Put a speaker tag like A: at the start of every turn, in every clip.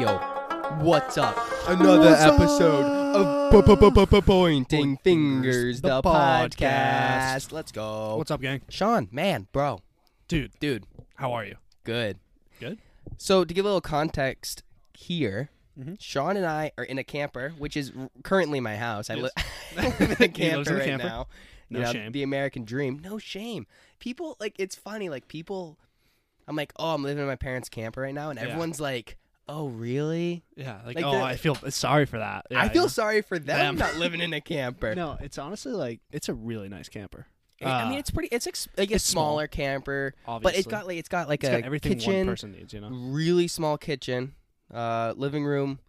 A: Yo, what's up? Another
B: What's
A: episode
B: up?
A: of po- po- po- po- Pointing
B: Pointing
A: Fingers,
B: Fingers, the
A: the podcast.
B: podcast.
A: Let's go.
B: What's up, gang?
A: Sean, man, bro,
B: Dude,
A: dude,
B: how are you?
A: good.
B: Good.
A: So, to give a little context here,
B: Mhm.
A: Sean and I are in a camper, which is r- currently my house. I, li- I
B: Yes.
A: live in
B: He
A: a
B: lives
A: camper
B: in a
A: right
B: camper.
A: now.
B: No shame.
A: The American dream. No shame. People, like, it's funny. Like, people, I'm like, oh, I'm living in my parents' camper right now. And
B: Yeah.
A: everyone's like, oh, really?
B: Yeah, like,
A: Like
B: oh,
A: the-
B: I feel sorry for that. Yeah,
A: I feel
B: yeah.
A: sorry for them,
B: Them.
A: not living in a camper.
B: No, it's honestly like it's a really nice camper.
A: I I mean,
B: Uh,
A: it's pretty. It's ex- like a
B: it's small,
A: smaller camper,
B: obviously,
A: but it's got like it's got like
B: It's
A: a
B: got everything one
A: kitchen,
B: person needs. You know,
A: really small kitchen, uh, living room,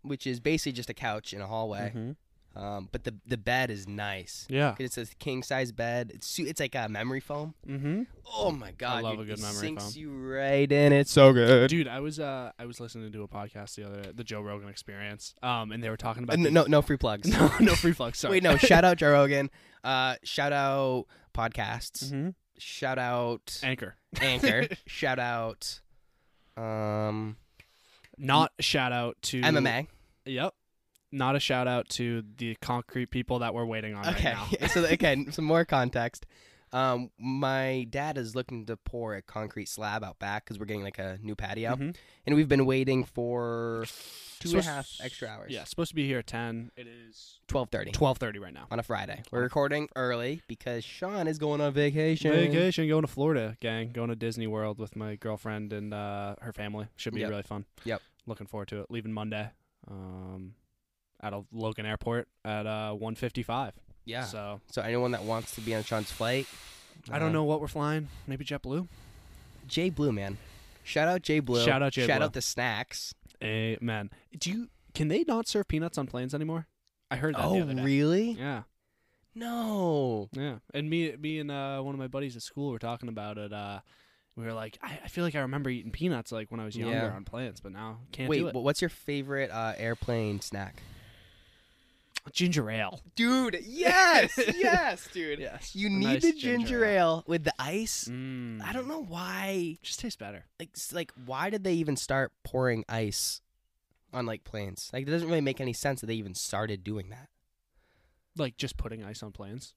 A: which is basically just a couch in a hallway.
B: Mhm.
A: Um, but the the bed is nice.
B: yeah,
A: 'Cause It's a king size bed. It's su- it's like a memory foam.
B: mm-hmm.
A: Oh my god!
B: love
A: dude,
B: a good
A: it
B: memory
A: sinks
B: foam.
A: you right in. It's so good.
B: dude. I was uh, I was listening to a podcast the other, the Joe Rogan Experience, um, and they were talking
A: Uh,
B: about
A: no,
B: the-
A: no, no free plugs.
B: no, no free flux. Sorry,
A: Wait, no. Shout out Joe Rogan. Uh, shout out podcasts.
B: Mhm.
A: Shout out.
B: Anchor,
A: Anchor. shout out um
B: not a shout out to
A: MMA.
B: Yep, not a shout out to the concrete people that we're waiting on
A: Okay.
B: right now.
A: so again, some more context. Um my dad is looking to pour a concrete slab out back cuz we're getting like a new patio
B: Mhm.
A: and we've been waiting for two and a
B: Supposed-
A: half extra hours.
B: Yeah, supposed to be here at ten. It is
A: 12:30
B: twelve thirty right now.
A: on a Friday. We're recording early because Sean is going on vacation.
B: Vacation, going to Florida, gang. Going to Disney World with my girlfriend and uh, her family. Should be
A: Yep.
B: really fun.
A: Yep.
B: Looking forward to it. Leaving Monday, um, out of Logan Airport at uh one fifty five.
A: Yeah. So,
B: So uh,
A: anyone that wants to be on Sean's flight, uh,
B: I don't know what we're flying. Maybe JetBlue.
A: Jay Blue man. Shout out Jay Blue.
B: Shout out Jay
A: Shout
B: Blue.
A: out the snacks.
B: Amen. Eh, Do you? Can they not serve peanuts on planes anymore? I heard that. the
A: Oh,
B: other day.
A: really?
B: Yeah,
A: No.
B: yeah. And me, me and uh, one of my buddies at school were talking about it. Uh, we were like, I, I feel like I remember eating peanuts like when I was younger
A: Yeah.
B: on planes, but now can't
A: Wait,
B: do it.
A: but what's your favorite uh, airplane snack?
B: Ginger ale.
A: Dude, yes, yes, dude.
B: Yes.
A: You
B: A
A: need
B: nice
A: the ginger, ale. with the ice.
B: Mm.
A: I don't know why.
B: Just tastes better.
A: Like, s- like, why did they even start pouring ice on like planes? Like, it doesn't really make any sense that they even started doing that.
B: Like just putting ice on planes.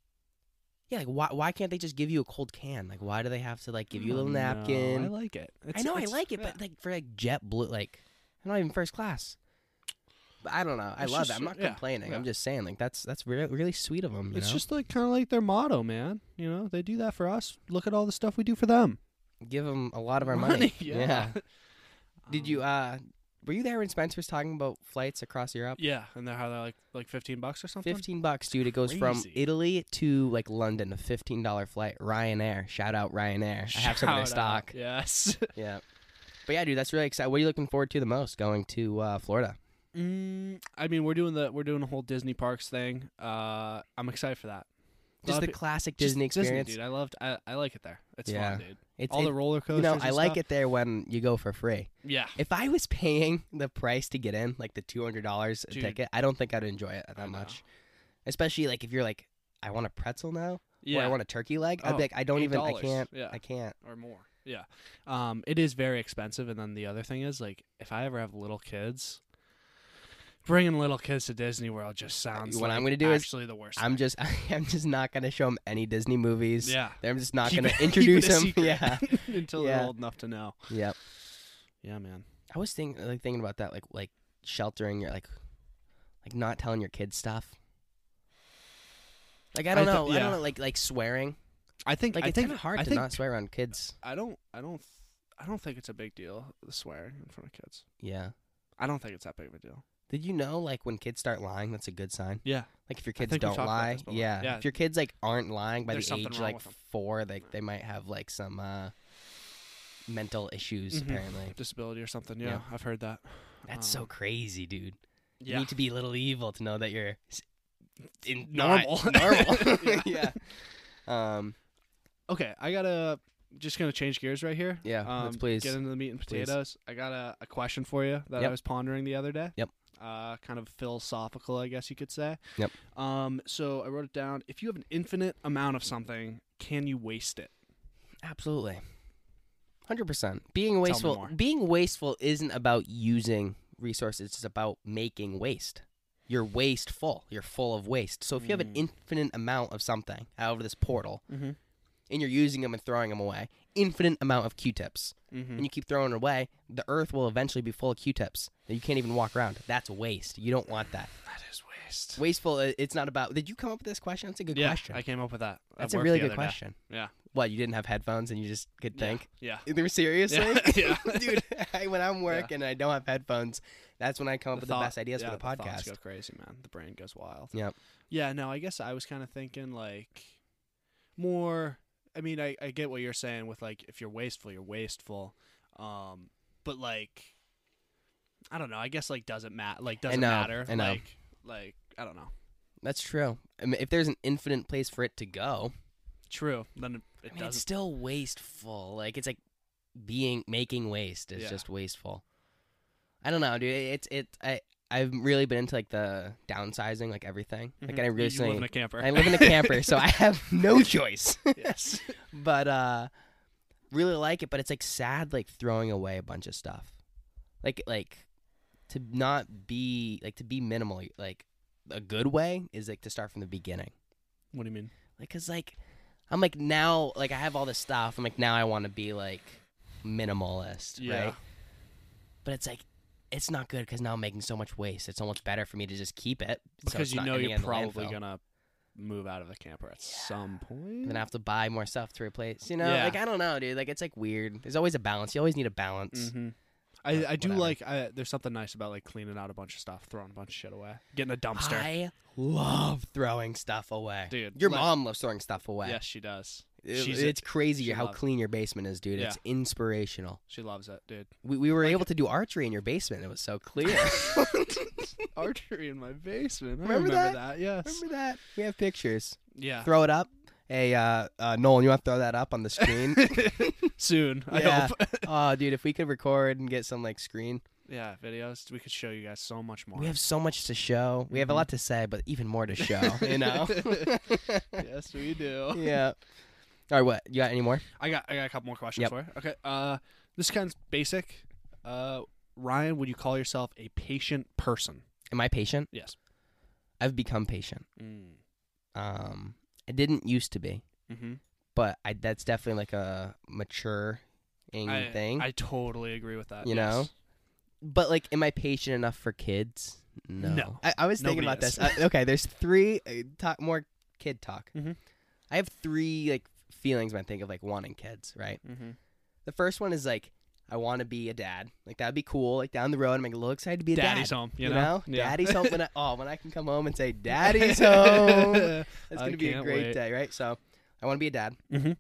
A: Yeah, like, why, why can't they just give you a cold can? Like, why do they have to like give you a
B: Oh,
A: little
B: no,
A: napkin?
B: I like it.
A: I
B: It's-
A: know I
B: it's-
A: like it,
B: yeah.
A: but like for like jet blue, like I'm not even first class. But I don't know. I
B: It's
A: love
B: just-
A: it. I'm not
B: yeah,
A: complaining. I'm
B: yeah.
A: just saying, like that's that's re- really sweet of them.
B: it's just like kind of like their motto, man. You know, they do that for us. Look at all the stuff we do for them.
A: give them a lot of our money. Did
B: Um,
A: you? uh Were you there when Spence was talking about flights across Europe?
B: Yeah, and they're how they're like like fifteen bucks or something.
A: Fifteen bucks, dude. It goes from
B: Crazy.
A: Italy to like London, a fifteen dollar flight. Ryanair. Shout out Ryanair. I have some of their
B: Shout out.
A: stock.
B: Yes.
A: Yeah. But yeah, dude, that's really exciting. What are you looking forward to the most going to uh, Florida?
B: mm, I mean, we're doing the we're doing a whole Disney parks thing. Uh, I'm excited for that.
A: Just
B: Lot
A: the
B: of peo-
A: classic
B: just
A: Disney experience.
B: dude. I loved. I, I like it there. It's
A: Yeah.
B: fun, dude.
A: It's,
B: all
A: it-
B: the roller
A: you
B: coasters.
A: know, I
B: and
A: like
B: stuff.
A: it there when you go for free.
B: Yeah.
A: If I was paying the price to get in, like the two hundred dollars a
B: Dude.
A: ticket, I don't think I'd enjoy it
B: I
A: that
B: know.
A: much. Especially like if you're like, I want a pretzel now, or I want a turkey leg. I'd
B: Oh,
A: be like, I don't even, I
B: $8.
A: can't,
B: Yeah.
A: I can't.
B: or more. Yeah. Um, it is very expensive. And then the other thing is, like, if I ever have little kids, bringing little kids to Disney World just sounds
A: What
B: like
A: I'm gonna do is-
B: actually the worst.
A: I'm just, I'm just not gonna show them any Disney movies.
B: thing. yeah.
A: I'm just not
B: Keep
A: gonna
B: it- keep it
A: introduce
B: a
A: them.
B: secret
A: Yeah,
B: until
A: Yeah.
B: they're old enough to know.
A: yep.
B: Yeah, man.
A: I was thinking, like thinking about that, like like sheltering your like, like not telling your kids stuff. Like I
B: I
A: don't
B: th-
A: know, I
B: yeah.
A: don't know, like like swearing.
B: I think.
A: Like
B: I
A: it's
B: think
A: kind of hard
B: I
A: to
B: think,
A: not swear around kids.
B: I don't. I don't. I don't think it's a big deal. The swearing in front of kids.
A: Yeah.
B: I don't think it's that big of a deal.
A: Did you know, like, when kids start lying, that's a good sign?
B: Yeah.
A: Like, if your kids
B: think we've
A: don't
B: talked about
A: lie,
B: this before.
A: yeah.
B: Yeah.
A: If your kids like aren't lying by
B: There's
A: the
B: something
A: age
B: wrong
A: like
B: with 'em.
A: four, like they might have like some uh, mental issues.
B: Mhm.
A: Apparently,
B: Disability or something. Yeah,
A: Yeah.
B: I've heard that.
A: that's so
B: Um,
A: crazy, dude. You
B: Yeah.
A: need to be a little evil to know that you're s- in
B: Normal.
A: not normal. yeah.
B: Yeah.
A: Um.
B: Okay, I gotta just gonna change gears right here.
A: Yeah,
B: um,
A: let's please.
B: get into the meat and
A: Please.
B: potatoes. I got a, a question for you that
A: Yep.
B: I was pondering the other day.
A: Yep.
B: Uh, kind of philosophical, I guess you could say.
A: Yep.
B: Um, so I wrote it down. If you have an infinite amount of something, can you waste it?
A: Absolutely. Hundred percent. Being wasteful.
B: more.
A: Being wasteful isn't about using resource is just about making waste. You're wasteful. You're full of waste. So if you have an
B: Mm.
A: infinite amount of something out of this portal
B: Mm-hmm.
A: and you're using them and throwing them away, infinite amount of Q-tips,
B: Mm-hmm.
A: and you keep throwing it away, the earth will eventually be full of Q-tips that you can't even walk around. That's waste. You don't want that.
B: That is waste.
A: Wasteful. i- It's not about. Did you come up with this question? That's a good
B: yeah,
A: question.
B: I came up with that. at
A: That's a
B: work
A: really
B: the
A: good
B: other day.
A: question.
B: Yeah.
A: What you didn't have headphones and you just could
B: Yeah,
A: think.
B: Yeah.
A: Either seriously,
B: Yeah.
A: dude. I, when I'm working and I don't have headphones, that's when I come up with
B: thought-
A: the best ideas
B: yeah,
A: for the podcast.
B: thoughts go crazy, man. The brain goes wild.
A: Yep.
B: Yeah. No, I guess I was kind of thinking like more. I mean, I, I get what you're saying with like if you're wasteful, you're wasteful. Um, but like, I don't know. I guess like doesn't matter. Like doesn't
A: know,
B: matter.
A: I know.
B: Like like I don't know.
A: That's true. I mean, if there's an infinite place for it to go,
B: True. Then it, it
A: I mean, it's
B: doesn't.
A: still wasteful. Like it's like being making waste is
B: Yeah.
A: just wasteful. I don't know, dude. It's it. I I've really been into like the downsizing, like everything. Like
B: Mhm.
A: I
B: You-
A: really
B: you live in
A: say,
B: a camper.
A: I live in a camper, so I have no choice.
B: yes.
A: but uh really like it but it's like sad like throwing away a bunch of stuff like like to not be like to be minimal like a good way is like to start from the beginning
B: What do you mean?
A: like because like i'm like now like i have all this stuff i'm like now i want to be like minimalist right but it's like it's not good because now i'm making so much waste it's almost better for me to just keep it so
B: because
A: it's
B: you
A: not
B: know
A: ending
B: you're
A: in the
B: probably
A: landfill.
B: gonna move out of the camper at some point.
A: and then I have to buy more stuff to replace. You know,
B: Yeah.
A: like I don't know, dude. Like it's like weird. There's always a balance. You always need a balance.
B: hmm
A: But
B: I, I do
A: whatever.
B: like I, there's something nice about like cleaning out a bunch of stuff, throwing a bunch of shit away, getting a dumpster.
A: I love throwing stuff away.
B: Dude,
A: Your
B: like-
A: mom loves throwing stuff away.
B: Yes, she does.
A: It-
B: she's-
A: it's crazy
B: she
A: how
B: loves it.
A: clean your basement is, dude. It's inspirational.
B: She loves it, dude.
A: We, we were able to do archery in your basement. It was so clear.
B: Archery in my basement. I
A: Remember that?
B: remember, that? Yes.
A: Remember that? We have pictures.
B: Yeah.
A: Throw it up. Hey, uh, uh, Nolan, you want to throw that up on the screen?
B: Soon.
A: Yeah.
B: I hope.
A: oh, dude, if we could record and get some like screen.
B: yeah. Videos. We could show you guys so much more.
A: We have so much to show. We have a
B: Mhm.
A: lot to say, but even more to show, you know?
B: yes, we do.
A: yeah. All right, what? You got any more?
B: I got I got a couple more questions
A: Yep.
B: for you. Okay. Uh, this kind's basic. Uh, Ryan, would you call yourself a patient person?
A: Am I patient?
B: Yes.
A: I've become patient.
B: Mm.
A: Um, I didn't used to be,
B: Mm-hmm.
A: but I that's definitely like a maturing
B: I,
A: thing.
B: I totally agree with that.
A: You know? but like, am I patient enough for kids? No.
B: No.
A: I, I was thinking
B: Nobody
A: about
B: is.
A: this. Uh, okay, there's three uh, talk more kid talk.
B: Mhm.
A: I have three like feelings when I think of like wanting kids, right?
B: Mm-hmm.
A: The first one is like I want to be a dad. Like that'd be cool. Like down the road, I'm like a little excited to be a
B: Daddy's
A: dad.
B: home.
A: You
B: You
A: know,
B: know. Yeah.
A: daddy's home. When I, oh, when I can come home and say, "Daddy's home," that's
B: I
A: gonna be a
B: can't
A: great
B: wait.
A: day, right? So, I want to be a dad.
B: Mhm.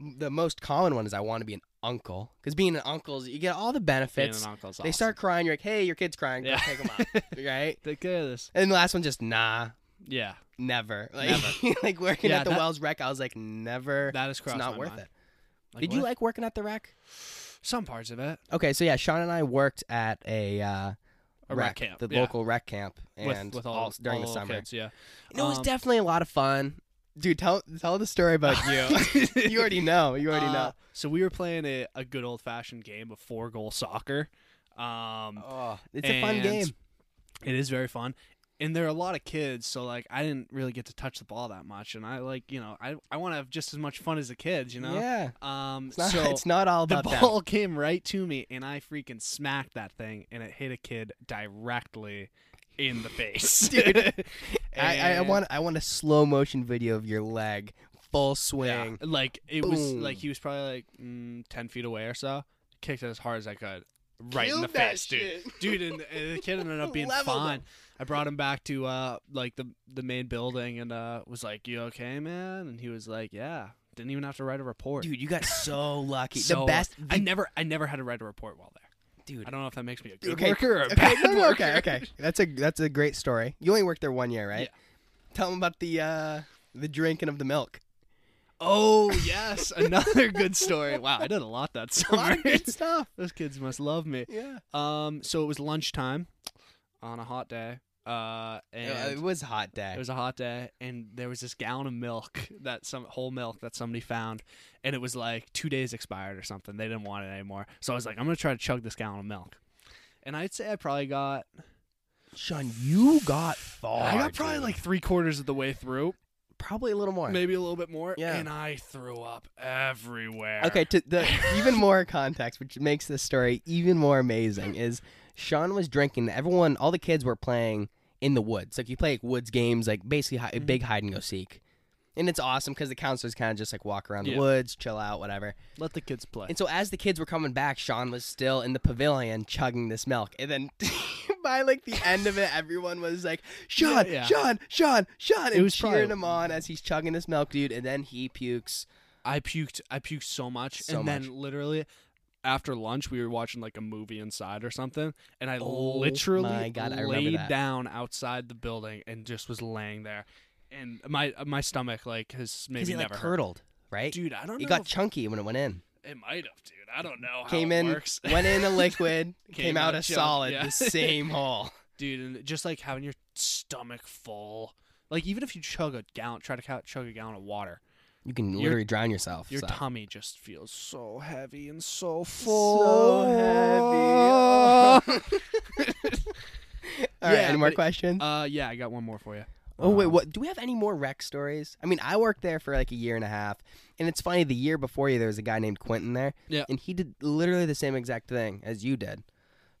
A: M- The most common one is I want to be an uncle because being an uncle is you get all the
B: Being
A: benefits.
B: an uncle's
A: They start crying. You're like, "Hey, your kid's crying. Go
B: Yeah.
A: take him out." right?
B: Take care of this.
A: And the last one, just nah,
B: Yeah,
A: never. Like,
B: Never.
A: like working
B: Yeah,
A: at the
B: that-
A: Wells Rec, I was like, never.
B: that is
A: It's
B: crossed
A: not
B: my
A: worth
B: mind.
A: it. Did you
B: what?
A: like working at the rec?
B: some parts of it?
A: Okay, so yeah, Sean and I worked at a, uh,
B: A rec camp,
A: the
B: yeah.
A: local rec camp, and
B: with, with all,
A: all, during
B: all
A: the
B: little
A: summer.
B: kids, yeah.
A: And it was
B: Um,
A: definitely a lot of fun, dude. Tell tell the story about you. you already know. You already
B: Uh, So we were playing a, a good old fashioned game of four goal soccer. Um,
A: know. Oh, it's a fun
B: and
A: game.
B: It is very fun. And there are a lot of kids, so like I didn't really get to touch the ball that much, and I like you know I I want to have just as much fun as the kids, you know.
A: Yeah,
B: Um,
A: it's not.
B: so
A: it's not all
B: the
A: about that.
B: ball came right to me, and I freaking smacked that thing, and it hit a kid directly in the face,
A: Dude, I, I, I
B: And-
A: want I want a slow motion video of your leg, full
B: Yeah,
A: swing.
B: like it was
A: Boom.
B: like he was probably like mm, ten feet away or so. Kicked it as hard as I could, right in
A: Killed
B: the
A: that
B: face, dude.
A: shit.
B: dude, and, and the kid ended up being
A: Leveled
B: fine.
A: him.
B: I brought him back to uh like the the main building and uh was like, "You okay, man?" And he was like, "Yeah." Didn't even have to write a report.
A: Dude, you got so lucky.
B: So,
A: the
B: uh,
A: best,
B: I never, I never had to write a report while there.
A: dude.
B: I don't know if that makes me a good
A: Okay,
B: worker or a
A: Okay,
B: bad
A: no, no,
B: worker.
A: okay, okay. That's a that's a great story. You only worked there one year, right? Tell them about the uh, the drinking of the milk.
B: Oh yes, another good story. Wow, I did a lot that
A: A lot
B: summer.
A: of good stuff.
B: Those kids must love me.
A: Yeah,
B: Um, so it was lunchtime on a hot day. Uh, and
A: it was a hot day.
B: it was a hot day, and there was this gallon of milk that some whole milk that somebody found, and it was like two days expired or something. They didn't want it anymore, so I was like, I'm gonna try to chug this gallon of milk. and I'd say I probably got
A: Sean, you got far.
B: I got probably
A: dude.
B: like three quarters of the way through,
A: probably a little more.
B: maybe a little bit more,
A: Yeah.
B: and I threw up everywhere.
A: Okay, to the even more context, which makes this story even more amazing, is Sean was drinking. Everyone, all the kids were playing in the woods. Like you play like woods games, like basically hi-
B: Mm-hmm.
A: big hide and go seek, and it's awesome because the counselors kind of just like walk around
B: Yeah.
A: the woods, chill out, whatever.
B: let the kids play.
A: And so as the kids were coming back, Sean was still in the pavilion chugging this milk. And then by like the end of it, everyone was like, Sean,
B: Yeah.
A: Sean, Sean, Sean, and
B: was
A: cheering
B: probably-
A: him on as he's chugging this milk, dude. And then he pukes.
B: I puked. I puked so much,
A: So
B: and
A: much.
B: then literally after lunch, we were watching like a movie inside or something, and I
A: Oh
B: literally
A: my God, I remember
B: laid
A: that.
B: down outside the building and just was laying there, and my my stomach like has maybe
A: Because he
B: never
A: like
B: hurt.
A: curdled, right?
B: Dude, I don't
A: it
B: know.
A: got
B: if-
A: chunky when it went in.
B: it might have, dude. I don't know how
A: came
B: it
A: in,
B: works.
A: went in a liquid, came,
B: Came
A: out a
B: out chunk,
A: solid,
B: yeah.
A: the same hole.
B: dude, and just like having your stomach full. Like even if you chug a gallon, try to ca- chug a gallon of water,
A: You can
B: Your-
A: literally drown yourself.
B: your
A: so.
B: tummy just feels so heavy and so full.
A: So heavy. All right,
B: Yeah,
A: any more
B: but-
A: questions?
B: Uh, yeah, I got one more for you.
A: Oh wait,
B: Um,
A: what? Do we have any more rec stories? I mean, I worked there for like a year and a half, and it's funny. The year before you, there was a guy named Quentin there,
B: Yeah.
A: and he did literally the same exact thing as you did,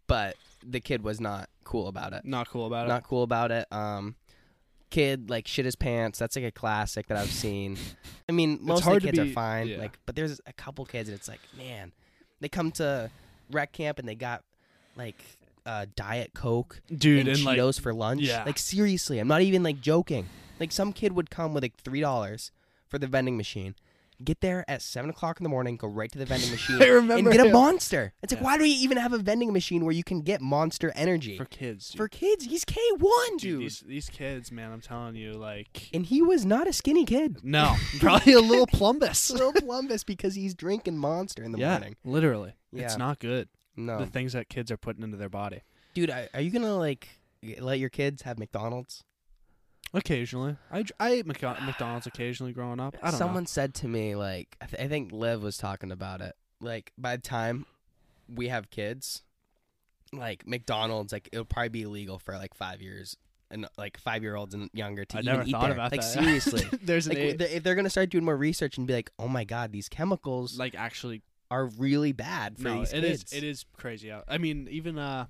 A: but the kid was not cool about it.
B: Not cool about
A: Not cool about it. Um, kid like shit his pants. That's like a classic that I've seen. I mean, most
B: hard
A: of the
B: to
A: kids
B: be-
A: are fine.
B: yeah.
A: Like, but there's a couple kids, and it's like, man, they come to rec camp and they got like uh, diet coke
B: it, dude.
A: and,
B: And, like,
A: Cheetos for lunch.
B: yeah.
A: Like seriously, I'm not even like joking. Like some kid would come with like three dollars for the vending machine, get there at seven o'clock in the morning, go right to the vending machine,
B: I remember
A: and get a
B: him.
A: monster. It's like
B: Yeah.
A: why do we even have a vending machine where you can get monster energy
B: for
A: for,
B: kids, dude.
A: kids? He's K one, dude.
B: These, these kids, man. I'm telling you, like,
A: and he was not a skinny kid.
B: no, probably a little
A: It's
B: plumbus.
A: Little Columbus because he's drinking monster in the
B: yeah,
A: morning.
B: literally,
A: Yeah. Oh.
B: it's not good.
A: No,
B: The things that kids are putting into their body
A: dude, I, are you gonna like let your kids have McDonald's?
B: occasionally. I, dr- I ate McDo- McDonald's occasionally growing up. I don't
A: Someone said to me, like, I, th- I think Liv was talking about it. Like, by the time we have kids, like McDonald's, like it'll probably be illegal for like five years and like five year olds and younger to
B: know. I
A: even
B: never
A: eat
B: thought
A: there.
B: about
A: like
B: that.
A: seriously.
B: There's an
A: Like
B: a-
A: w- they- if they're gonna start doing more research and be like, "Oh my God, these chemicals
B: like actually
A: are really bad for
B: no,
A: these
B: it is
A: kids."
B: it is crazy. out. I mean, even uh,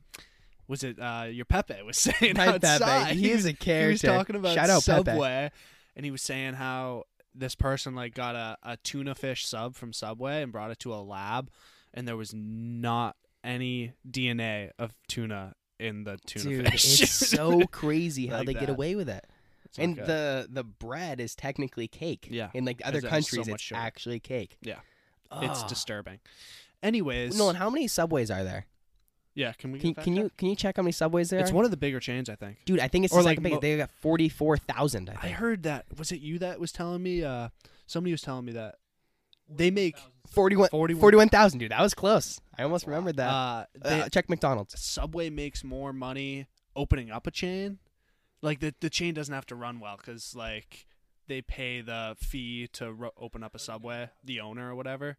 B: was it uh your Pepe was saying
A: My Pepe,
B: outside?
A: he is a
B: he was
A: character.
B: talking about
A: Shout out Pepe.
B: Subway, and he was saying how this person like got a, a tuna fish sub from Subway and brought it to a lab, and there was not any DNA of tuna in the tuna
A: Dude,
B: fish.
A: it's so crazy how
B: Like
A: they get
B: that.
A: away with it.
B: It's not
A: And
B: good.
A: the the bread is technically cake.
B: Yeah.
A: In like other
B: It's- it's so
A: countries,
B: much
A: it's
B: sugar.
A: actually cake.
B: Yeah. it's
A: Ugh.
B: disturbing. Anyways,
A: ah. Nolan, how many subways are there?
B: yeah, can we?
A: Can,
B: get
A: can
B: back
A: you can you check how many subways
B: there?
A: there
B: It's
A: are?
B: one of the bigger chains, I think.
A: Dude, I think it's
B: or,
A: the
B: like,
A: second biggest.
B: mo-
A: they got forty four thousand. I
B: I
A: think.
B: heard that. Was it you that was telling me? Uh, somebody was telling me that they make
A: 41
B: 41
A: 41,000, dude. That was close. I almost remembered that.
B: uh, they,
A: Uh, check McDonald's.
B: Subway makes more money opening up a chain. Like the the chain doesn't have to run well because like they pay the fee to ro- open up a Subway, the owner or whatever.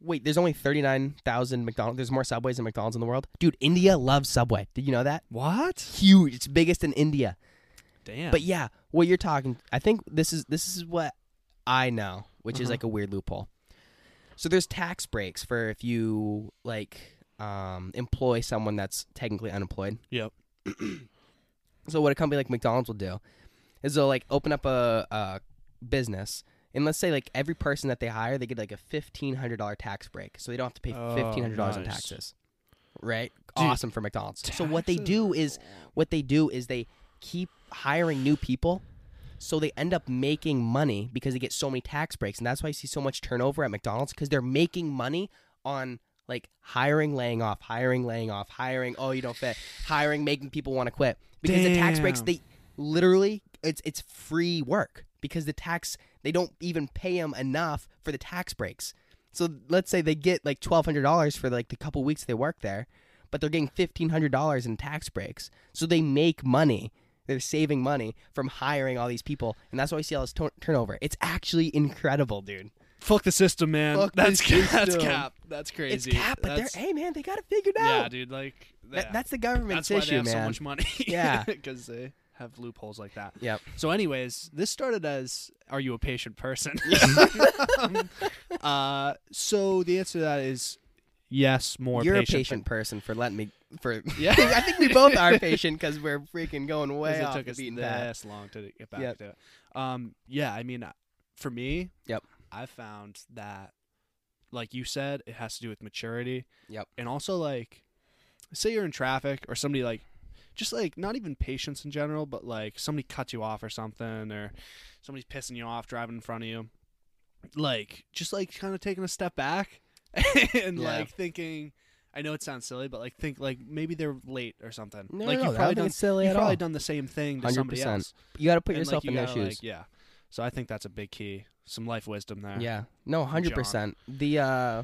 A: Wait, there's only thirty nine thousand McDonald's. There's more subways than McDonald's in the world, dude. India loves Subway. Did you know that?
B: What?
A: Huge. It's biggest in India.
B: Damn.
A: But yeah, what you're talking, I think this is this is what I know, which is
B: Uh-huh.
A: like a weird loophole. So there's tax breaks for if you like um, employ someone that's technically unemployed.
B: Yep.
A: So what a company like McDonald's will do is they'll like open up a, a business. And let's say like every person that they hire, they get like a fifteen hundred dollar tax break, so they don't have to pay
B: Oh,
A: fifteen hundred dollars in
B: nice.
A: taxes. Right?
B: Dude,
A: awesome for McDonald's. So what they do is what they do is they keep hiring new people so they end up making money because they get so many tax breaks and that's why you see so much turnover at mcdonald's because they're making money on like hiring laying off hiring laying off hiring oh you don't fit hiring making people want to quit because the tax breaks
B: Damn.
A: they literally it's it's free work because the tax they don't even pay them enough for the tax breaks so let's say they get like twelve hundred dollars for like the couple weeks they work there, but they're getting fifteen hundred dollars in tax breaks. So they make money. They're saving money from hiring all these people, and that's why we see all this tur- turnover. It's actually incredible, dude.
B: Fuck the system, man.
A: Fuck
B: that's
A: the
B: ca- that's
A: system.
B: cap. That's crazy.
A: It's cap, but
B: that's,
A: they're hey man, they got it figured out.
B: yeah, dude. Like
A: That-
B: yeah.
A: that's the government's
B: that's why
A: issue,
B: they have
A: man.
B: so much money.
A: Yeah.
B: because they have loopholes like that.
A: Yep.
B: So, anyways, this started as "Are you a patient person?" uh, so the answer to that is yes. More
A: You're
B: patient.
A: a patient person for letting me for.
B: Yeah.
A: I think we both are patient because we're freaking going way
B: Because
A: off
B: it took
A: the
B: us
A: beaten path.
B: this long to get back
A: Yep.
B: to it. Um, yeah, I mean, uh, for me,
A: Yep.
B: I found that, like you said, it has to do with maturity.
A: Yep.
B: and also like, say you're in traffic or somebody like, just like not even patience in general, but like somebody cuts you off or something, or somebody's pissing you off driving in front of you, like just like kind of taking a step back and
A: Yeah.
B: like thinking. I know it sounds silly, but like think like maybe they're late or something.
A: No,
B: like
A: no, no, I
B: you've
A: don't
B: probably
A: think
B: done
A: it's silly
B: you've
A: at
B: probably
A: all.
B: done the same thing to somebody
A: 100%.
B: else.
A: You got to put
B: And, like,
A: yourself
B: you
A: in their
B: gotta,
A: shoes.
B: like, yeah. So I think that's a big key. Some life wisdom there.
A: Yeah. No,
B: from John.
A: hundred percent. The uh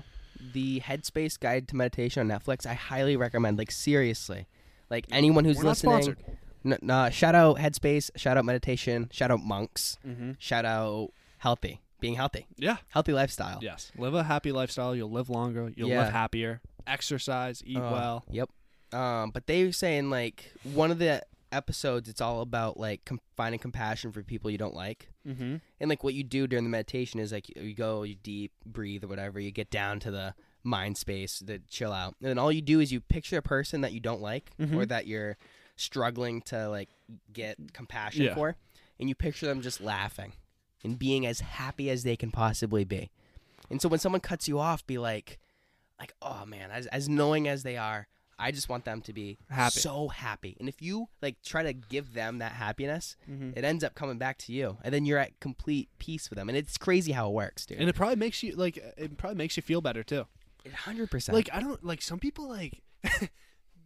A: the Headspace Guide to Meditation on Netflix, I highly recommend. Like seriously. Like anyone who's
B: We're not
A: listening.
B: sponsored.
A: No, shout out Headspace, shout out meditation, shout out monks,
B: Mm-hmm.
A: shout out healthy, being healthy,
B: Yeah.
A: healthy lifestyle.
B: Yes. Live a happy lifestyle. You'll live longer. You'll
A: Yeah.
B: live happier. Exercise. Eat
A: Uh,
B: well.
A: Yep. Um, but they were saying like one of the episodes, it's all about like com- finding compassion for people you don't like.
B: Mm-hmm.
A: and like what you do during the meditation is like you- you go you deep breathe or whatever you get down to the mind space the chill out and then all you do is you picture a person that you don't like
B: Mhm.
A: or that you're struggling to like get compassion
B: Yeah.
A: for and you picture them just laughing and being as happy as they can possibly be and so when someone cuts you off be like like oh man as, as knowing as they are i just want them to be
B: Happy.
A: so happy and if you like try to give them that happiness
B: Mm-hmm.
A: it ends up coming back to you, and then you're at complete peace with them. And it's crazy how it works, dude.
B: And it probably makes you like uh, it probably makes you feel better too.
A: It hundred percent.
B: Like I don't like some people like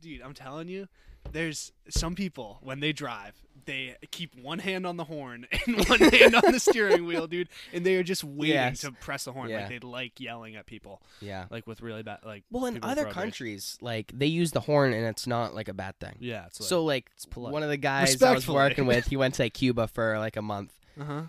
B: dude, I'm telling you, there's some people when they drive, they keep one hand on the horn and one hand on the steering wheel, dude, and they are just waiting
A: Yes.
B: to press the horn.
A: Yeah.
B: Like they like yelling at people.
A: yeah.
B: Like with really bad like
A: Well, in
B: people with
A: other
B: road rage.
A: countries, like they use the horn, and it's not like a bad thing.
B: Yeah, it's like,
A: so, like
B: polite.
A: one of the guys I was
B: Respectfully.
A: working with, he went to like, Cuba for like a month,
B: uh-huh.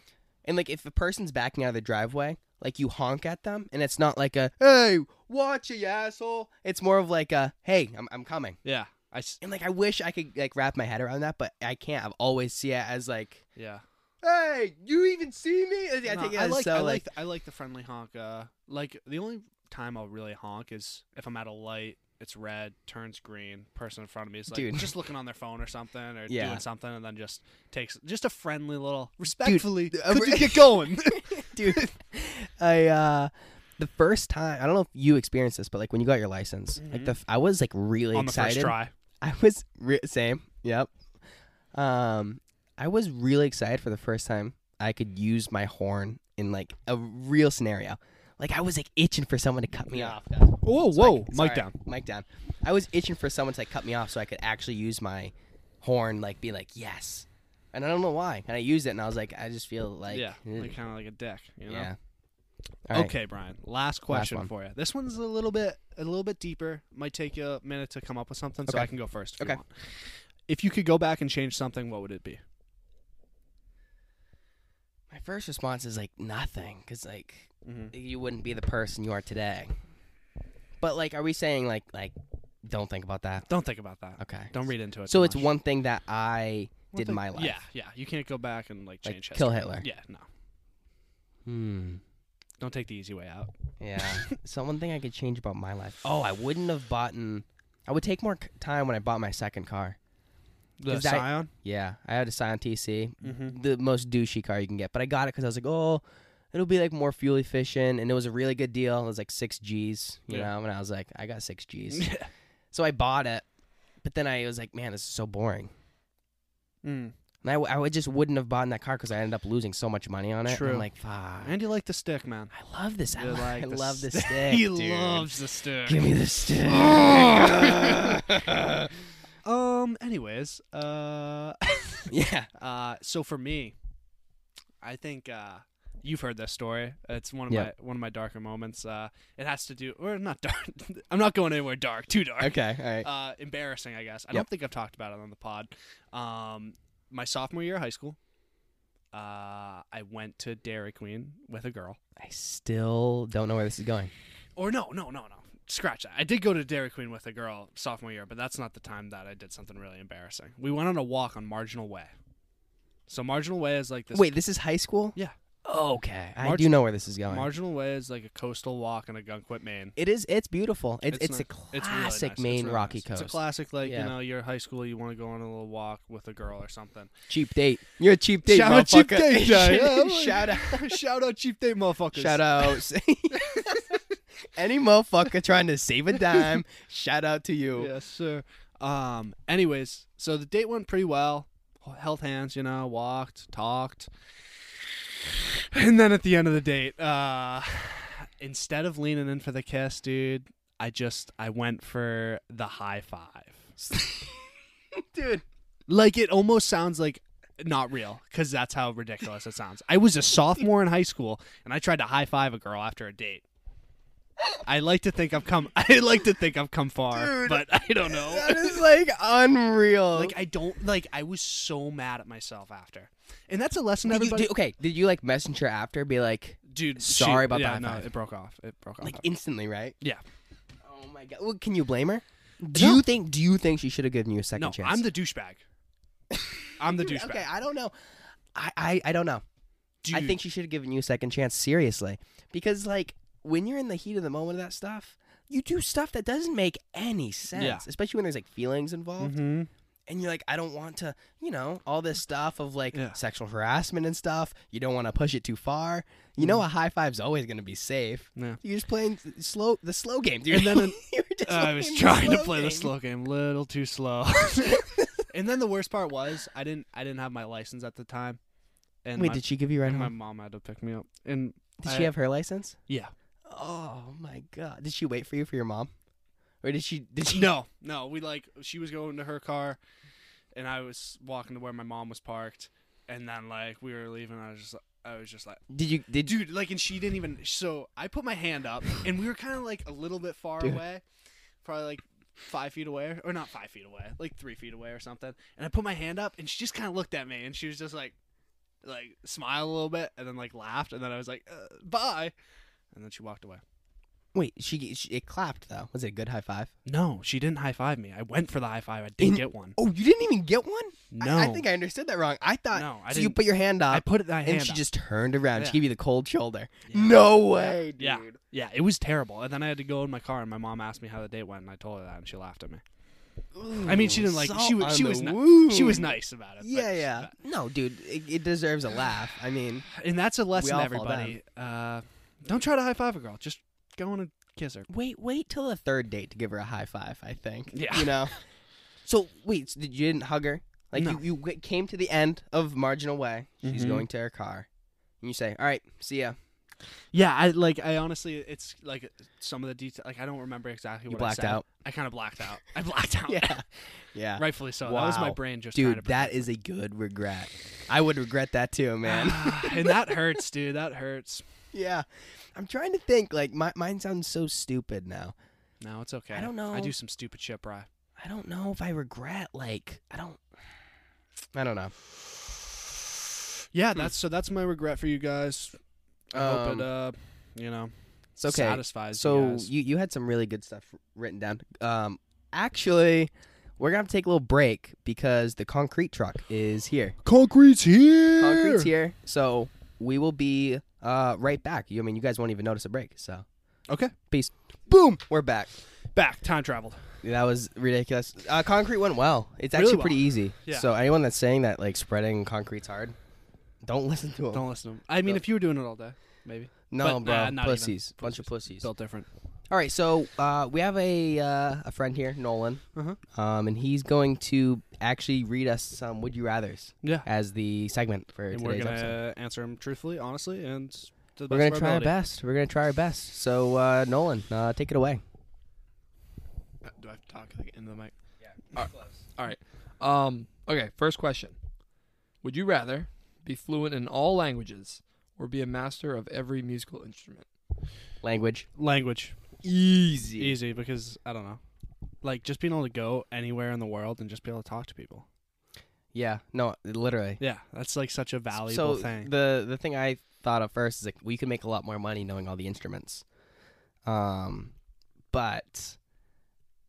A: and like if a person's backing out of the driveway, like you honk at them, and it's not like a "Hey, watch it, you asshole." It's more of like a "Hey, I'm I'm coming."
B: Yeah, I s-
A: And like I wish I could like wrap my head around that, but I can't. I've always see it as like
B: yeah.
A: hey, you even see me? I think
B: No,
A: it
B: I
A: was
B: like
A: so
B: I
A: like,
B: like the, I like the friendly honk. Uh, like the only time I'll really honk is if I'm at a light. It's red, turns green. Person in front of me is like
A: Dude.
B: just looking on their phone or something, or
A: Yeah.
B: doing something, and then just takes just a friendly little respectfully.
A: uh,
B: could you
A: re-
B: get going?
A: dude. I uh, the first time I don't know if you experienced this, but like when you got your license, like
B: Mhm.
A: the f- I was like really
B: on the
A: excited.
B: first try.
A: I was re- same. Yep. Um, I was really excited for the first time I could use my horn in like a real scenario. Like I was like itching for someone to cut me
B: Yeah.
A: off. guys.
B: Whoa,
A: So I
B: Oh, whoa,
A: could-
B: mic
A: sorry,
B: down.
A: mic down. I was itching for someone to like, cut me off so I could actually use my horn, like be like yes. And I don't know why. And I used it, and I was like, I just feel like
B: yeah,
A: eh,
B: like kind of like a dick. You know?
A: yeah. All right.
B: Okay, Brian. Last question
A: one.
B: for you. This one's a little bit a little bit deeper. Might take you a minute to come up with something, so
A: Okay.
B: I can go first. If
A: Okay.
B: You want. If you could go back and change something, what would it be?
A: My first response is like nothing, because like
B: Mm-hmm.
A: you wouldn't be the person you are today. But like, are we saying like like don't think about that?
B: Don't think about that.
A: Okay.
B: Don't read into it.
A: So
B: too
A: it's
B: much.
A: one thing that I
B: One
A: did in
B: thing-
A: my life.
B: Yeah, yeah. You can't go back and like
A: Like
B: change
A: kill
B: history.
A: Hitler.
B: Yeah, no.
A: Hmm.
B: Don't take the easy way out.
A: Yeah. so one thing I could change about my life. Oh, I wouldn't have bought. I would take more c- time when I bought my second car.
B: The
A: 'Cause that-
B: Scion.
A: Yeah, I had a Scion TC,
B: Mm-hmm.
A: the most douchey car you can get, but I got it because I was like, oh, it'll be like more fuel efficient, and it was a really good deal. It was like six G's, you
B: Yeah.
A: know, and I was like, I got six G's, so I bought it. But then I was like, man, this is so boring.
B: mm.
A: And I, w- I would just wouldn't have bought that car because I ended up losing so much money on it. And
B: True.
A: I'm like, fuck.
B: And you like the stick, man.
A: I love this. I,
B: You
A: lo-
B: like
A: I
B: the
A: love this
B: stick.
A: stick.
B: he
A: dude.
B: loves the stick.
A: Give me the stick.
B: um. Anyways, uh,
A: yeah.
B: uh. So for me, I think uh, you've heard this story. It's one of
A: Yeah.
B: my one of my darker moments. Uh, it has to do, or not dark. I'm not going anywhere dark. Too dark.
A: Okay. All right.
B: uh, embarrassing, I guess. I
A: Yep.
B: don't think I've talked about it on the pod. Um, my sophomore year of high school, uh, I went to Dairy Queen with a girl.
A: I still don't know where this is going.
B: Or no, no, no, no. Scratch that. I did go to Dairy Queen with a girl sophomore year, but that's not the time that I did something really embarrassing. We went on a walk on Marginal Way. So Marginal Way is like this.
A: Wait, this is high school?
B: Yeah.
A: Okay, I
B: Margin-
A: do know where this is going.
B: Marginal Way is like a coastal walk in a Gunquit, Maine.
A: it is. It's beautiful. It's it's,
B: It's
A: a
B: nice. It's really nice.
A: classic
B: It's
A: Maine
B: really
A: Rocky
B: nice.
A: Coast.
B: It's a classic, like
A: Yeah.
B: you know, you're high school, you want to go on a little walk with a girl or something.
A: cheap date. You're a cheap date.
B: Shout out cheap
A: motherfucker.
B: date, guy. Yeah,
A: Shout out.
B: Shout out, cheap date, motherfuckers.
A: Shout out. Any motherfucker trying to save a dime, shout out to you.
B: Yes, sir. Um. Anyways, so the date went pretty well. Held hands, you know, walked, talked, and then at the end of the date, uh, instead of leaning in for the kiss, dude, I just I went for the high five.
A: Dude,
B: Like it almost sounds like not real because that's how ridiculous it sounds. I was a sophomore in high school and I tried to high five a girl after a date. I like to think I've come. I like to think I've come far,
A: Dude.
B: but I don't know.
A: that is like unreal.
B: Like I don't like. I was so mad at myself after, and that's a lesson
A: Did you-
B: everybody.
A: did- okay, did you like message her after? Be like,
B: Dude, she-
A: sorry about the
B: yeah,
A: high
B: no,
A: five.
B: it broke off. It broke off.
A: like instantly, right?
B: Uh-huh. yeah,
A: Oh my god. Well, can you blame her? Do
B: No.
A: you think? Do you think she should have given you a second
B: no,
A: chance?
B: I'm the douchebag. I'm the
A: Dude,
B: douchebag.
A: Okay, I don't know. I, I, I don't know.
B: Dude,
A: I think she should have given you a second chance, seriously. Because, like, when you're in the heat of the moment of that stuff, you do stuff that doesn't make any sense,
B: Yeah.
A: especially when there's like feelings involved.
B: hmm
A: And you're like, I don't want to, you know, all this stuff of like
B: Yeah.
A: sexual harassment and stuff. You don't want to push it too far. You know, a high five's always going to be safe.
B: Mm-hmm. Yeah.
A: You're just playing s- slow, the slow game, dude.
B: And then an-
A: You were just
B: I was
A: playing
B: trying to play the
A: game.
B: slow game a little too slow. and then the worst part was I didn't I didn't have my license at the time. And
A: Wait,
B: my,
A: did she give you right
B: and my
A: home?
B: mom had to pick me up. And
A: Did
B: I-
A: she have her license?
B: yeah.
A: Oh my god! Did she wait for you for your mom, or did she? Did she?
B: No, no, we like she was going to her car and I was walking to where my mom was parked and then like we were leaving I was just I was just like
A: Did you? Did
B: dude like and she didn't even so I put my hand up and we were kind of like a little bit far
A: Dude.
B: away probably like 5 feet away or not 5 feet away like 3 feet away or something and I put my hand up and she just kind of looked at me and she was just like like smiled a little bit and then like laughed and then I was like uh, bye and then she walked away
A: Wait, she, she it clapped though. Was it a good high five?
B: no she didn't high five me I went for the high five I didn't
A: In-
B: get one
A: Oh, you didn't even get one.
B: no
A: I, I think I understood that wrong. I thought
B: No, I
A: so. You
B: didn't-
A: put your hand
B: I
A: up,
B: put it that
A: and
B: hand
A: she
B: up.
A: just turned around.
B: Yeah.
A: She gave you the cold shoulder.
B: Yeah.
A: No way, dude.
B: Yeah. yeah, it was terrible. And then I had to go in my car, and my mom asked me how the date went, and I told her that, and she laughed at me. I mean, she didn't like- she was- she was ni- She was nice about it. but
A: Yeah,
B: she-
A: yeah. No, dude, it, it deserves a laugh. I mean,
B: And that's a lesson,
A: all fall
B: everybody. Uh, don't try to high five a girl. Just go in and kiss her.
A: wait, wait till the third date to give her a high five. I think.
B: Yeah.
A: You know. So wait, so did- you didn't hug her? Like
B: No.
A: you, you w- came to the end of Marginal Way. She's
B: Mhm.
A: going to her car, and you say, "All right, see ya."
B: Yeah, I like. I honestly, it's like some of the detail. Like I don't remember exactly
A: You
B: what
A: blacked
B: I said.
A: out.
B: I kind of blacked out. I blacked out.
A: Yeah. Yeah.
B: rightfully so. That was my
A: Wow.
B: brain just trying to
A: Dude, that is a good regret. I would regret that too, man.
B: and that hurts, dude. That hurts.
A: yeah. I'm trying to think. Like, my, mine sounds so stupid now.
B: No, it's okay.
A: don't know.
B: I do some stupid shit, Bry.
A: I don't know if I regret. Like, I don't. I don't know.
B: Yeah,
A: Hmm.
B: that's so. That's my regret for you guys. I hope
A: Um,
B: it, uh, you know,
A: It's okay.
B: satisfies you
A: so
B: guys.
A: you, you had some really good stuff written down. Um, actually, we're gonna have to take a little break because the concrete truck is here.
B: Concrete's here.
A: Concrete's here, so we will be uh right back. You, I mean, you guys won't even notice a break. So
B: Okay.
A: peace. Boom. We're back.
B: Back. Time travel.
A: That was ridiculous. Uh, concrete went well. It's actually
B: Really well.
A: pretty easy.
B: Yeah.
A: So anyone that's saying that like spreading concrete's hard, don't listen to them.
B: Don't listen to him. I mean,
A: No.
B: if you were doing it all day, maybe.
A: no,
B: but,
A: bro,
B: nah, not even.
A: pussies, bunch of pussies.
B: Built different.
A: All right, so uh, we have a uh, a friend here, Nolan,
B: Uh-huh.
A: um, and he's going to actually read us some "Would You Rather's"
B: Yeah.
A: as the segment for
B: And we're
A: today's
B: gonna
A: episode.
B: answer him truthfully, honestly, and
A: We're
B: to the best
A: gonna
B: of our
A: try our
B: ability.
A: best. We're gonna try our best. So, uh, Nolan, uh, take it away.
C: Uh, Do I have to talk like, into the mic?
A: Yeah,
C: All right. All right. Um, okay, first question. Would you rather be fluent in all languages or be a master of every musical instrument?
A: Language
B: Language.
A: easy.
B: Easy because I don't know. Like just being able to go anywhere in the world and just be able to talk to people.
A: Yeah, no, literally.
B: Yeah, that's like such a valuable
A: so
B: thing.
A: the the thing I thought of first is like we could make a lot more money knowing all the instruments, um, but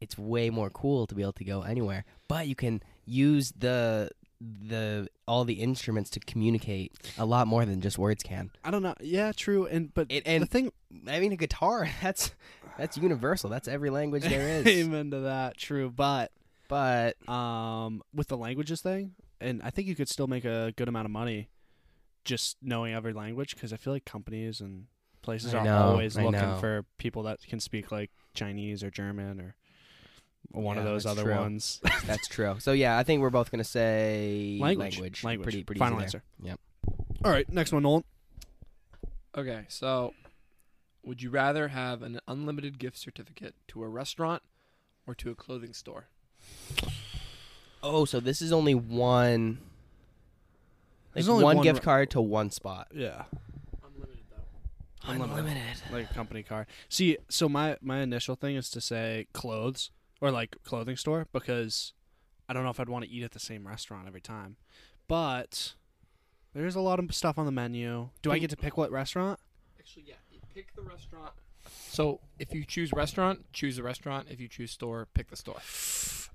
A: it's way more cool to be able to go anywhere. But you can use the the all the instruments to communicate a lot more than just words can.
B: I don't know. Yeah, true. And but
A: It-
B: the
A: and-
B: thing,
A: I mean, a guitar that's that's universal. That's every language there is.
B: amen to that. True, but
A: but
B: um, with the languages thing, and I think you could still make a good amount of money just knowing every language because I feel like companies and places
A: I
B: are
A: know,
B: always
A: I
B: looking
A: know.
B: for people that can speak like Chinese or German or one of
A: Yeah,
B: those
A: that's
B: other
A: true.
B: ones.
A: that's true. So yeah, I think we're both gonna say
B: language,
A: Language.
B: language.
A: Pretty pretty easy
B: Final
A: there.
B: answer.
A: Yep.
B: All right, next one, Nolan.
C: Okay, so would you rather have an unlimited gift certificate to a restaurant or to a clothing store?
A: Oh, so this is only one. Like
B: There's only
A: one,
B: one
A: gift
B: re-
A: card to one spot.
B: Yeah.
C: Unlimited though.
B: Unlimited. like a company car. See, so my my initial thing is to say clothes or like clothing store because I don't know if I'd want to eat at the same restaurant every time. But there's a lot of stuff on the menu. Do I get to pick what restaurant?
C: Actually, yeah, you pick the restaurant. So if you choose restaurant, choose the restaurant. If you choose store, pick the store.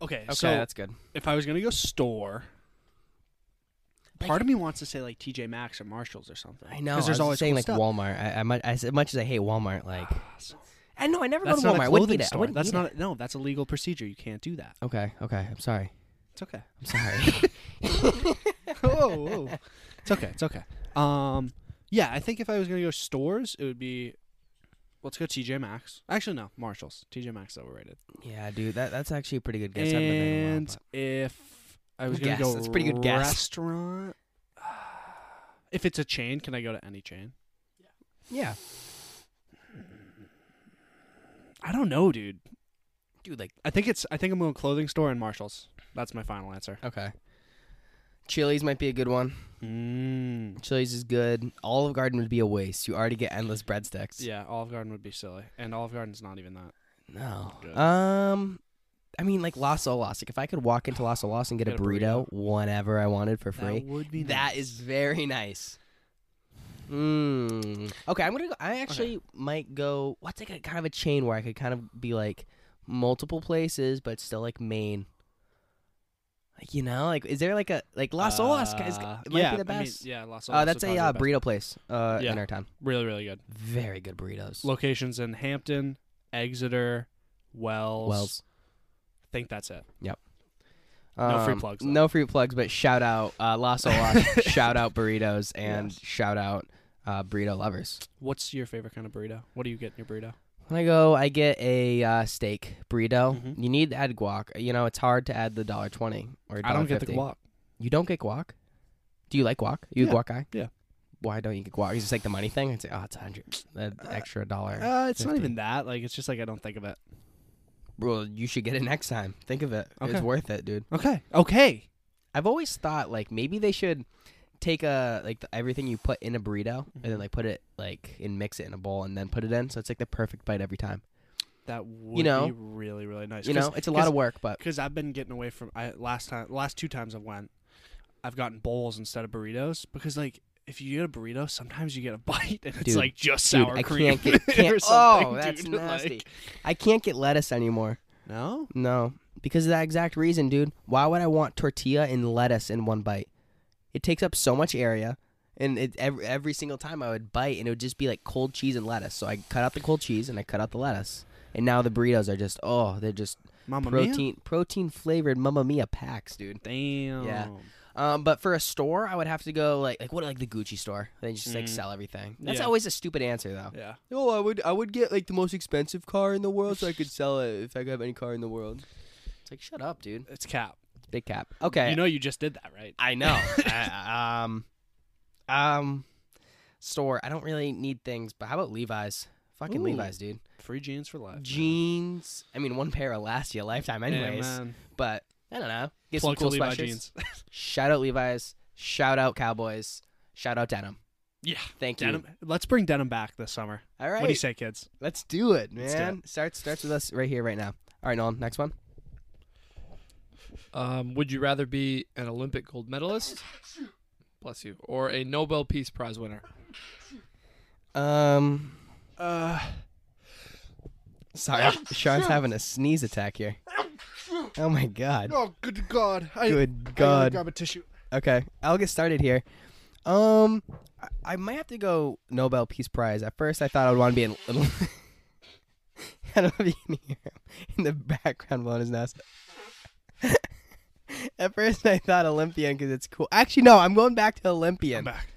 B: Okay,
A: Okay,
B: so
A: that's good.
B: if I was gonna go store,
A: Like-
B: part of me wants to say like TJ Maxx or Marshalls or something.
A: I know. I
B: because
A: was
B: there's always
A: saying
B: cool
A: like
B: stuff.
A: Walmart. I, I might, as much as I hate Walmart, like I know I never
B: That's
A: go
B: not
A: to Walmart.
B: a
A: I wouldn't
B: clothing
A: eat it. I
B: store.
A: wouldn't
B: That's
A: eat
B: not
A: it.
B: a- no. That's a legal procedure. You can't do that.
A: Okay, okay. I'm sorry.
B: It's okay.
A: I'm sorry.
B: whoa, whoa. It's okay. It's okay. Um, yeah, I think if I was gonna go stores, it would be. Let's go TJ Maxx. Actually, no, Marshalls. TJ Maxx is overrated.
A: yeah, dude. That that's actually a pretty good guess. I haven't been there in a while,
B: and
A: but-
B: if I was
A: Good
B: gonna
A: guess.
B: go
A: That's a pretty good guess.
B: restaurant, if it's a chain, can I go to any chain?
A: yeah,
B: I don't know, dude.
A: dude. Like
B: I think it's. I think I'm going clothing store and Marshalls. That's my final answer.
A: okay. Chili's might be a good one.
B: Mm.
A: Chili's is good. Olive Garden would be a waste. You already get endless breadsticks.
B: Yeah, Olive Garden would be silly, and Olive Garden's not even that.
A: No.
B: Good.
A: Um, I mean, like Las Olas. Like, if I could walk into Las Olas and get, a, burrito, whenever I wanted for
B: That
A: free,
B: would be
A: that is very nice. Mm. Okay, I'm gonna. Go, I actually might go. What's like a kind of a chain where I could kind of be like multiple places, but still like main. Like you know, like is there like a like Las Olas? Guys,
B: Uh,
A: it might
B: yeah,
A: be the
B: I mean,
A: best.
B: yeah, Las Olas.
A: uh,
B: would
A: that's
B: probably
A: a
B: be
A: uh,
B: the best.
A: burrito place uh,
B: Yeah.
A: in our town.
B: Really, really good.
A: Very good burritos.
B: Locations in Hampton, Exeter, Wells.
A: Wells.
B: I think that's it.
A: Um,
B: No free plugs, though.
A: No free plugs, but shout out uh, Las Olas, shout out burritos, and
B: Yes.
A: shout out uh, burrito lovers.
B: What's your favorite kind of burrito? What do you get in your burrito?
A: When I go, I get a uh, steak burrito.
B: Mhm.
A: You need to add guac. You know, it's hard to add the dollar twenty or
B: I don't get the
A: $1.50.
B: guac.
A: You don't get guac. Do you like guac? You
B: Yeah,
A: a guac guy?
B: yeah.
A: Why don't you get guac? Is it like the money thing? It's like, oh, it's a hundred, an
B: Uh,
A: extra dollar.
B: Uh, it's not
A: 50.
B: even that. Like it's just like I don't think of it.
A: well, you should get it next time. Think of it.
B: Okay.
A: It's worth it, dude.
B: Okay. Okay.
A: I've always thought like maybe they should take a like the, everything you put in a burrito and then
B: Mhm.
A: like put it like and mix it in a bowl and then put it in so it's like the perfect bite every time.
B: That would
A: know-
B: be really really nice.
A: You know, it's a lot of work, but
B: because I've been getting away from I last time last two times I've went, I've gotten bowls instead of burritos because like. If you get a burrito, sometimes you get a bite, and it's
A: Dude.
B: like just
A: dude,
B: sour
A: I
B: cream
A: can't get
B: or
A: can't,
B: something.
A: oh that's
B: dude.
A: nasty.
B: Like,
A: I can't get lettuce anymore.
B: no,
A: No, because of that exact reason, dude. Why would I want tortilla and lettuce in one bite? It takes up so much area. And it, every, every single time I would bite, and it would just be like cold cheese and lettuce. So I cut out the cold cheese and I cut out the lettuce. And now the burritos are just, oh, they're just
B: Mama
A: protein protein flavored Mamma Mia packs, dude.
B: Damn.
A: Yeah. Um, but for a store, I would have to go like like what like the Gucci store. They just like
B: Mm.
A: sell everything. That's
B: Yeah.
A: always a stupid answer though.
B: Yeah.
A: Oh, I would I would get like the most expensive car in the world so I could sell it if I could have any car in the world. It's like shut up, dude.
B: It's cap.
A: It's big cap. Okay.
B: You know you just did that, right?
A: I know. I- um, um, store. I don't really need things, but how about Levi's? Fucking
B: Ooh.
A: Levi's, dude.
B: Free jeans for life.
A: Jeans. I mean, one pair will last you a lifetime, anyways. But I don't know. Get
B: Plug
A: some cool
B: to Levi
A: sweatshirts.
B: jeans.
A: Shout out Levi's. Shout out Cowboys. Shout out Denim.
B: yeah.
A: Thank
B: Denim.
A: you.
B: Let's bring denim back this summer.
A: All right.
B: What do you say, kids?
A: Let's do it, man.
B: Let's do
A: Starts starts with us right here, right now. All right, Nolan. Next one.
C: Um, would you rather be an Olympic gold medalist? Bless you. Or a Nobel Peace Prize winner?
A: Um,
B: Uh,
A: sorry, Sean's having a sneeze attack here. Oh my god.
B: oh, good God. I,
A: Good god.
B: grab a tissue.
A: Okay, I'll get started here. Um, I, I might have to go Nobel Peace Prize. At first, I thought I would want to be in. I don't know if you can hear him in the background blowing his nose. At first, I thought Olympian because it's cool. Actually, no, I'm going back to Olympian,
B: back.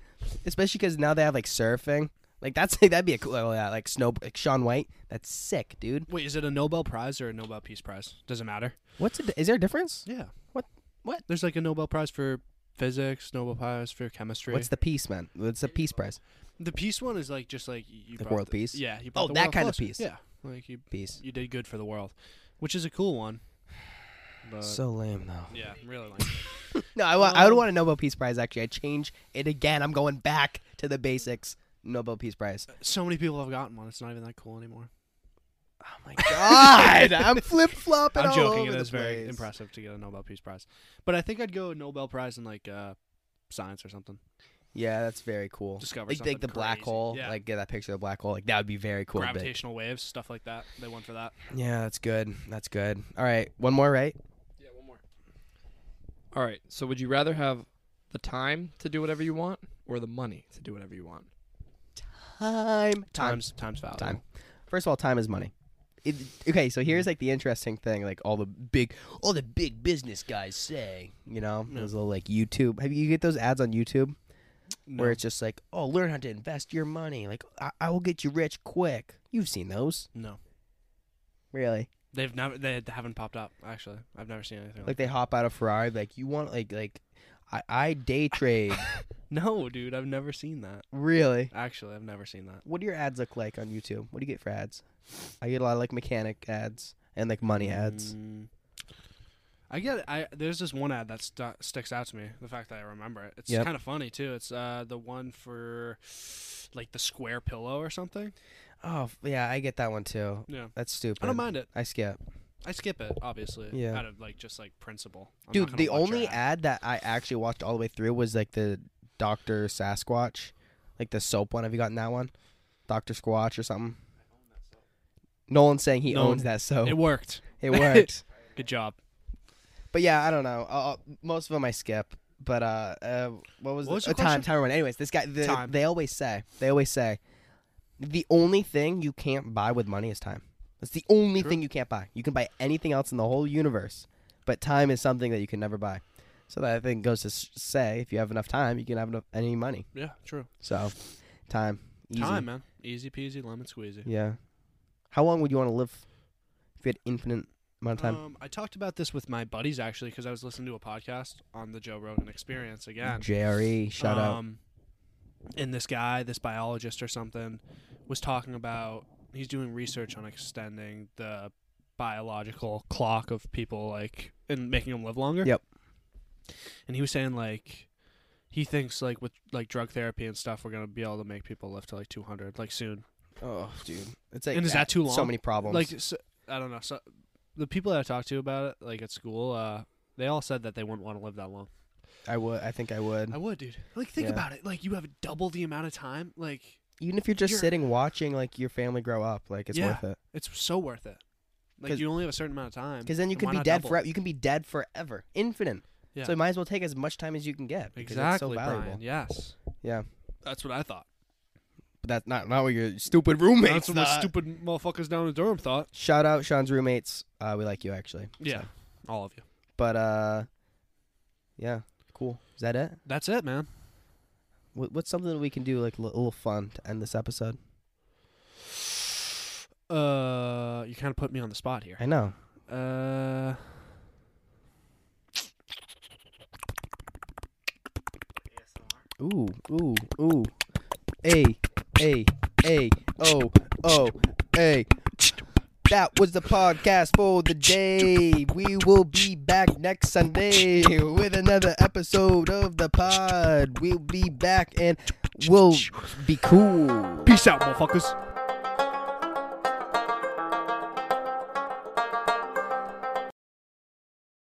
A: especially because now they have like surfing. Like that's like, that'd be a cool. Oh, yeah, like snow, like Sean White. That's sick, dude.
B: Wait, is it a Nobel Prize or a Nobel Peace Prize? Doesn't matter.
A: What's a, is there a difference?
B: Yeah.
A: What- what?
B: There's like a Nobel Prize for physics, Nobel Prize for chemistry.
A: What's the peace, man? What's the peace prize?
B: the peace one is like just like you
A: The
B: brought
A: world peace?
B: Yeah, you brought
A: Oh,
B: the
A: that
B: world
A: kind of
B: closer.
A: peace.
B: Yeah, like you
A: Peace.
B: you did good for the world, which is a cool one. But
A: So lame though.
B: yeah, really like.
A: No, I, wa- I would
B: Um,
A: want a Nobel Peace Prize. Actually, I change it again. I'm going back to the basics. Nobel Peace Prize.
B: so many people have gotten one. It's not even that cool anymore.
A: Oh my God! I'm flip flopping.
B: I'm
A: all
B: joking. It
A: over the
B: is very
A: place.
B: impressive to get a Nobel Peace Prize, but I think I'd go a Nobel Prize in like uh, science or something.
A: Yeah, that's very cool.
B: Discover
A: like, like the
B: something
A: black
B: crazy.
A: hole.
B: Yeah.
A: Like get that picture of the black hole. Like that would be very cool. but-
B: Gravitational waves, stuff like that. They won for that.
A: Yeah, that's good. That's good. All right, one more, right?
C: Yeah, one more. All right. So, would you rather have the time to do whatever you want or the money to do whatever you want?
A: Time. Time.
B: Times times value.
A: Time. First of all, time is money. It, okay, so here's like the interesting thing. Like all the big, all the big business guys say. You know, those little like YouTube. Have you you get those ads on YouTube? where it's just like, oh, learn how to invest your money. Like, I, I will get you rich quick. You've seen those,
B: No,
A: really?
B: they've never. They haven't popped up. Actually, I've never seen anything. Like,
A: Like they hop out of Ferrari. Like you want like like, I, I day trade.
B: no, dude, I've never seen that.
A: really?
B: Actually, I've never seen that.
A: What do your ads look like on YouTube? What do you get for ads? I get a lot of like mechanic ads and like money ads.
B: Mm. I get. It. I there's this one ad that stu- sticks out to me. The fact that I remember it. It's
A: Yep.
B: kind of funny too. It's uh the one for like the square pillow or something.
A: Oh f- yeah, I get that one too.
B: Yeah.
A: That's stupid.
B: I don't mind it.
A: I skip.
B: I skip it, obviously.
A: Yeah.
B: Out of like just like principle. I'm not
A: Dude,
B: gonna
A: the
B: watch your
A: only
B: ad.
A: ad that I actually watched all the way through was like the Doctor Sasquatch, like the soap one. Have you gotten that one? Doctor Squatch or something. Nolan's saying he
B: Nolan-
A: owns that soap.
B: It
A: It,
B: worked.
A: works.
B: Good job.
A: but yeah, I don't know. Uh, most of them I skip. But uh, uh what was
B: What
A: the,
B: was your
A: uh, time?
B: question?
A: Time run. Anyways, this guy. The,
B: Time.
A: They always say. They always say. The only thing you can't buy with money is time. That's the only
B: True.
A: thing you can't buy. You can buy anything else in the whole universe, but time is something that you can never buy. So that I think goes to s- say, if you have enough time, you can have enough any money.
B: Yeah, true.
A: So, time, easy.
B: Time, man. Easy peasy, lemon squeezy.
A: Yeah. How long would you want to live if you had infinite amount of time?
B: Um, I talked about this with my buddies actually because I was listening to a podcast on the Joe Rogan Experience again.
A: Jerry, shut up.
B: um, And this guy, this biologist or something, was talking about he's doing research on extending the biological clock of people, like, and making them live longer.
A: Yep.
B: And he was saying like he thinks like with like drug therapy and stuff, we're gonna be able to make people live to like 200 like soon.
A: Oh, dude. It's like
B: And is that too
A: So
B: long?
A: many problems.
B: Like so, I don't know. So the people that I talked to about it, like at school, uh, they all said that they wouldn't want to live that long.
A: I would. I think I would.
B: I would, dude. Like think
A: Mm. Yeah.
B: about it. Like you have double the amount of time. Like
A: Even if you're just
B: You're-
A: sitting watching like your family grow up, like it's
B: Yeah.
A: worth it.
B: It's so worth it.
A: 'Cause-
B: Like you only have a certain amount of time.
A: Because then you
B: and
A: could
B: why
A: be
B: not
A: dead
B: double?
A: forever. You can be dead forever, infinite.
B: Yeah.
A: So you might as well take as much time as you can get. Because
B: Exactly,
A: It's so valuable.
B: Brian. Yes,
A: Yeah.
B: that's what I thought.
A: But that's not not what your stupid roommates.
B: that's what my
A: thought.
B: stupid motherfuckers down in Durham thought.
A: Shout out Sean's roommates. Uh, we like you actually.
B: Yeah, all of you.
A: But uh, yeah, cool. Is that it?
B: That's it, man.
A: What, what's something that we can do like a little fun to end this episode?
B: Uh, you kind of put me on the spot here.
A: I know.
B: Uh,
A: Ooh, ooh, ooh. A, A, A, O, O, A. That was the podcast for the day. We will be back next Sunday with another episode of the pod. We'll be back and we'll be cool.
B: peace out, motherfuckers.